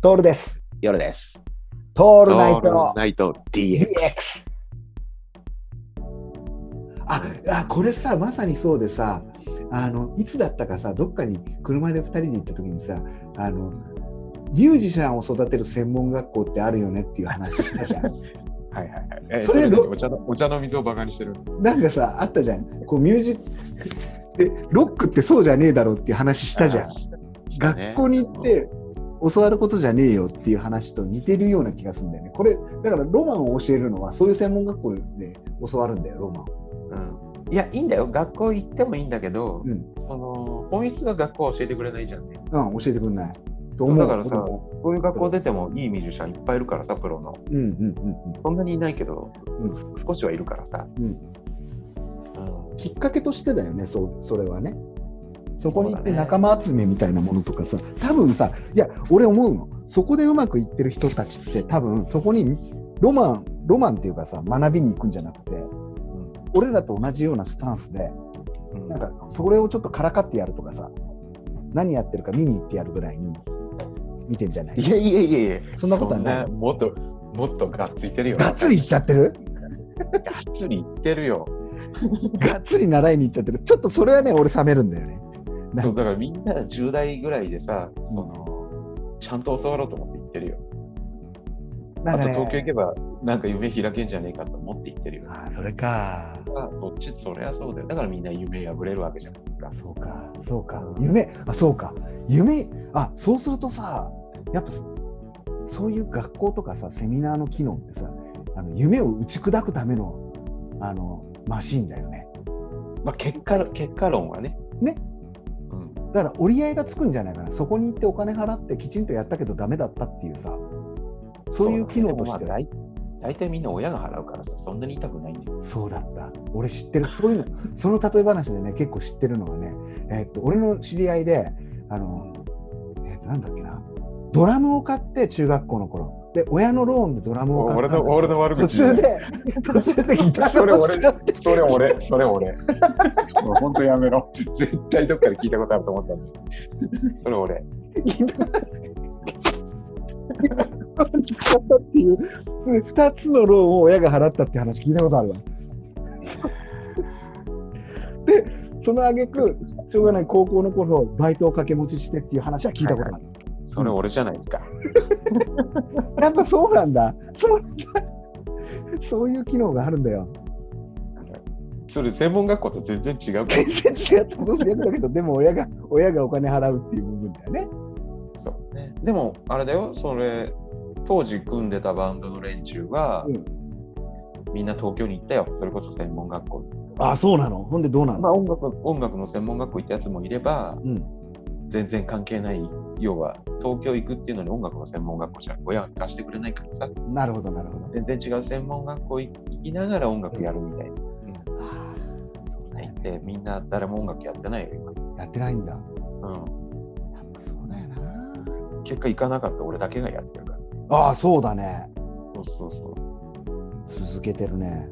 トールです。夜です。トオールナイトナイト DX。 DX。あ、あこれさ、まさにそうでさ、あの、いつだったかさ、どっかに車で2人で行った時にさ、あの、ミュージシャンを育てる専門学校ってあるよねっていう話したじゃん。 はいはいはい。えそそれれろお茶のお茶の水をバカにしてる。なんかさ、あったじゃん。こう、ミュージック、で、ロックってそうじゃねえだろうっていう話したじゃんあ。したね学校に行って教わることじゃねえよっていう話と似てるような気がするんだよね。これだからロマンを教えるのはそういう専門学校で教わるんだよロマンを。うんいや、いいんだよ。学校行ってもいいんだけど、うん、その本質が学校は教えてくれないじゃんね。うん、教えてくんない。とそうだからさ俺も、そういう学校出てもいいミュージシャンいっぱいいるからさ、プロの。うんうんうんそんなにいないけど、うんす少しはいるからさ。うんうん。きっかけとしてだよねそうそれはね。そこに行ってそうだね仲間集めみたいなものとかさ、多分さいや俺思うのそこでうまくいってる人たちって多分そこにロマンロマンっていうかさ学びに行くんじゃなくてうん俺らと同じようなスタンスでうんなんかそれをちょっとからかってやるとかさ何やってるか見に行ってやるぐらいに見てんじゃないいやいやいやいや、そんなことはないそんもっと、もっとがっついてるよ。ガッツリいっちゃってるがっつりいってるよ。がっつり習いに行っちゃってるちょっとそれはね俺冷めるんだよねなそうだからみんな10代ぐらいでさ、そのちゃんと教わろうと思って行ってるよ。なあんとかね東京行けばなんか夢開けんじゃねえかと思って行ってるよ。あーそれかあそっち、そりゃそうだよ。だからみんな夢破れるわけじゃないですか。そうかそうか夢あそうか夢あそうするとさやっぱそういう学校とかさセミナーの機能ってさあの夢を打ち砕くためのあのマシーンだよねまあ、結果結果論はね。ね。うん、だから折り合いがつくんじゃないかな、そこに行ってお金払ってきちんとやったけどダメだったっていうさ、そういう機能としてまあは、大大体みんな親が払うからさ、そんなに痛くないんだよ。そうだった、俺知ってる、そういうの、 その例え話でね、結構知ってるのはね、えーっと俺の知り合いで、あのえーっとなんだっけな、ドラムを買って、中学校の頃で親のローンでドラムを買俺ったんだの俺の悪途口中 で、途中でギターそれが俺欲しくなって、それ俺、それ俺。 もう本当やめろ。絶対どっかで聞いたことあると思ったんだそれ俺。ギター買ったっていう、2つのローンを親が払ったって話聞いたことあるわ。で、その挙句、しょうがない高校の頃、バイトを掛け持ちしてっていう話は聞いたことある。それ俺じゃないですか。やっぱそうなんだ。そうなんだ。そういう機能があるんだよ。それ専門学校と全然違うから。全然違ったことやだけど、でも親が親がお金払うっていう部分だよね。そうね、でもあれだよそれ当時組んでたバンドの連中は、うんみんな東京に行ったよそれこそ専門学校あ、そうなの。ほんでどうなの、まあ音楽音楽の専門学校行ったやつもいればうん。全然関係ない要は東京行くっていうのに音楽の専門学校じゃ親が貸してくれないからさなるほど、なるほど。全然違う専門学校行きながら音楽やるみたいな、そう行ってみんな誰も音楽やってないよ今、やってないんだ。うやっぱそうだよな。ん、結果行かなかった俺だけがやってるからああそうだねそうそうそう続けてるね